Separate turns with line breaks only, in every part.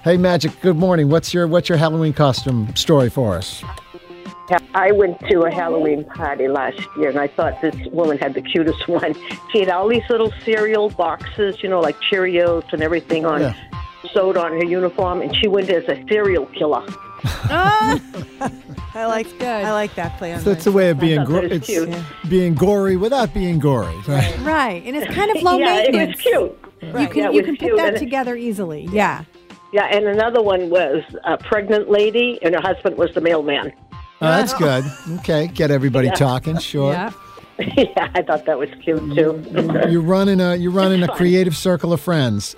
Hey, Magic. Good morning. What's your what's your Halloween costume story for us?
I went to a Halloween party last year, and I thought this woman had the cutest one. She had all these little cereal boxes, you know, like Cheerios and everything on
Yeah.
sewed on her uniform, and she went as a serial killer.
I like
good.
I like that play on
That's a
words.
way of being
thought
gro-
that was
it's
cute.
being gory without being gory. Right.
Right, and it's kind of low
yeah, it was
maintenance.
cute.
You
Yeah,
can
it
you
was
can put
cute, and
that
it-
together easily. Yeah.
Yeah, and another one was a pregnant lady, and her husband was the mailman.
Oh, that's good. Okay, get everybody talking. Sure.
Yeah.
yeah, I thought that was cute too.
You're running a you're running a creative circle of friends.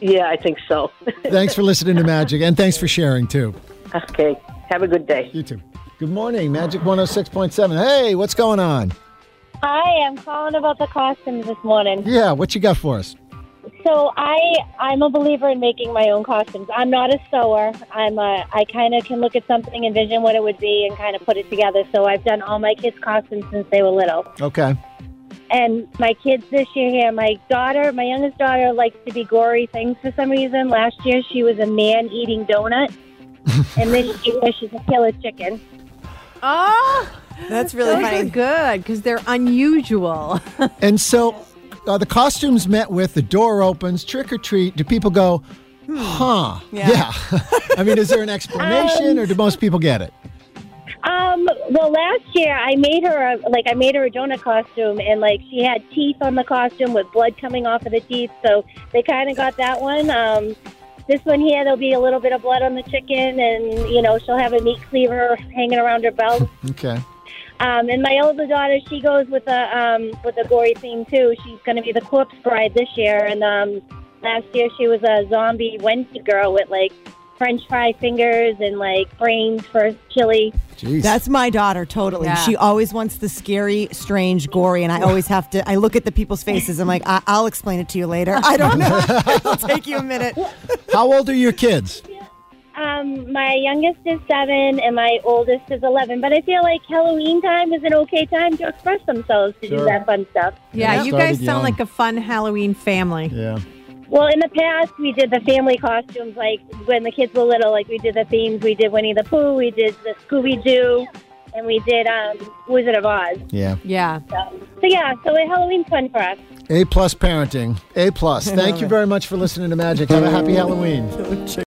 yeah, I think so.
thanks for listening to Magic, and thanks for sharing too.
okay, have a good day.
You too. Good morning, Magic 106.7. Hey, what's going on?
Hi, I'm calling about the costumes this morning.
Yeah, what you got for us?
So I I'm a believer in making my own costumes. I'm not a sewer. I'm a I kind of can look at something, envision what it would be, and kind of put it together. So I've done all my kids' costumes since they were little.
Okay.
And my kids this year here, my daughter, my youngest daughter likes to be gory things for some reason. Last year she was a man eating donut, and this year she's a killer chicken.
Oh,
That's really
those are
funny.
good because they're unusual.
And so uh, the costumes met with, the door opens, trick or treat. Do people go, huh?
Yeah.
Yeah. I mean, is there an explanation or do most people get it?
Um, well, last year I made her a, like I made her a donut costume, and like she had teeth on the costume with blood coming off of the teeth, so they kind of got that one. Um, this one here, there'll be a little bit of blood on the chicken, and you know she'll have a meat cleaver hanging around her belt.
Okay.
Um, and my older daughter, she goes with a um, with a gory theme too. She's going to be the corpse bride this year, and um, last year she was a zombie Wendy girl with like French fry fingers and like brains for chili.
Jeez.
That's my daughter, totally.
Yeah.
She always wants the scary, strange, gory, and I always have to. I look at the people's faces. I'm like, I- I'll explain it to you later. I don't know. It'll take you a minute.
How old are your kids?
Um, my youngest is seven, and my oldest is eleven. But I feel like Halloween time is an okay time to express themselves to
Sure.
do that fun stuff.
Yeah,
Yeah,
you
started
guys
young.
sound like a fun Halloween family.
Yeah.
Well, in the past, we did the family costumes, like when the kids were little. Like we did the themes. We did Winnie the Pooh. We did the Scooby Doo, and we did um, Wizard of Oz.
Yeah.
Yeah.
So yeah, so Halloween's fun for us.
A plus parenting. A plus. Thank you very much for listening to Magic. Have a happy Halloween.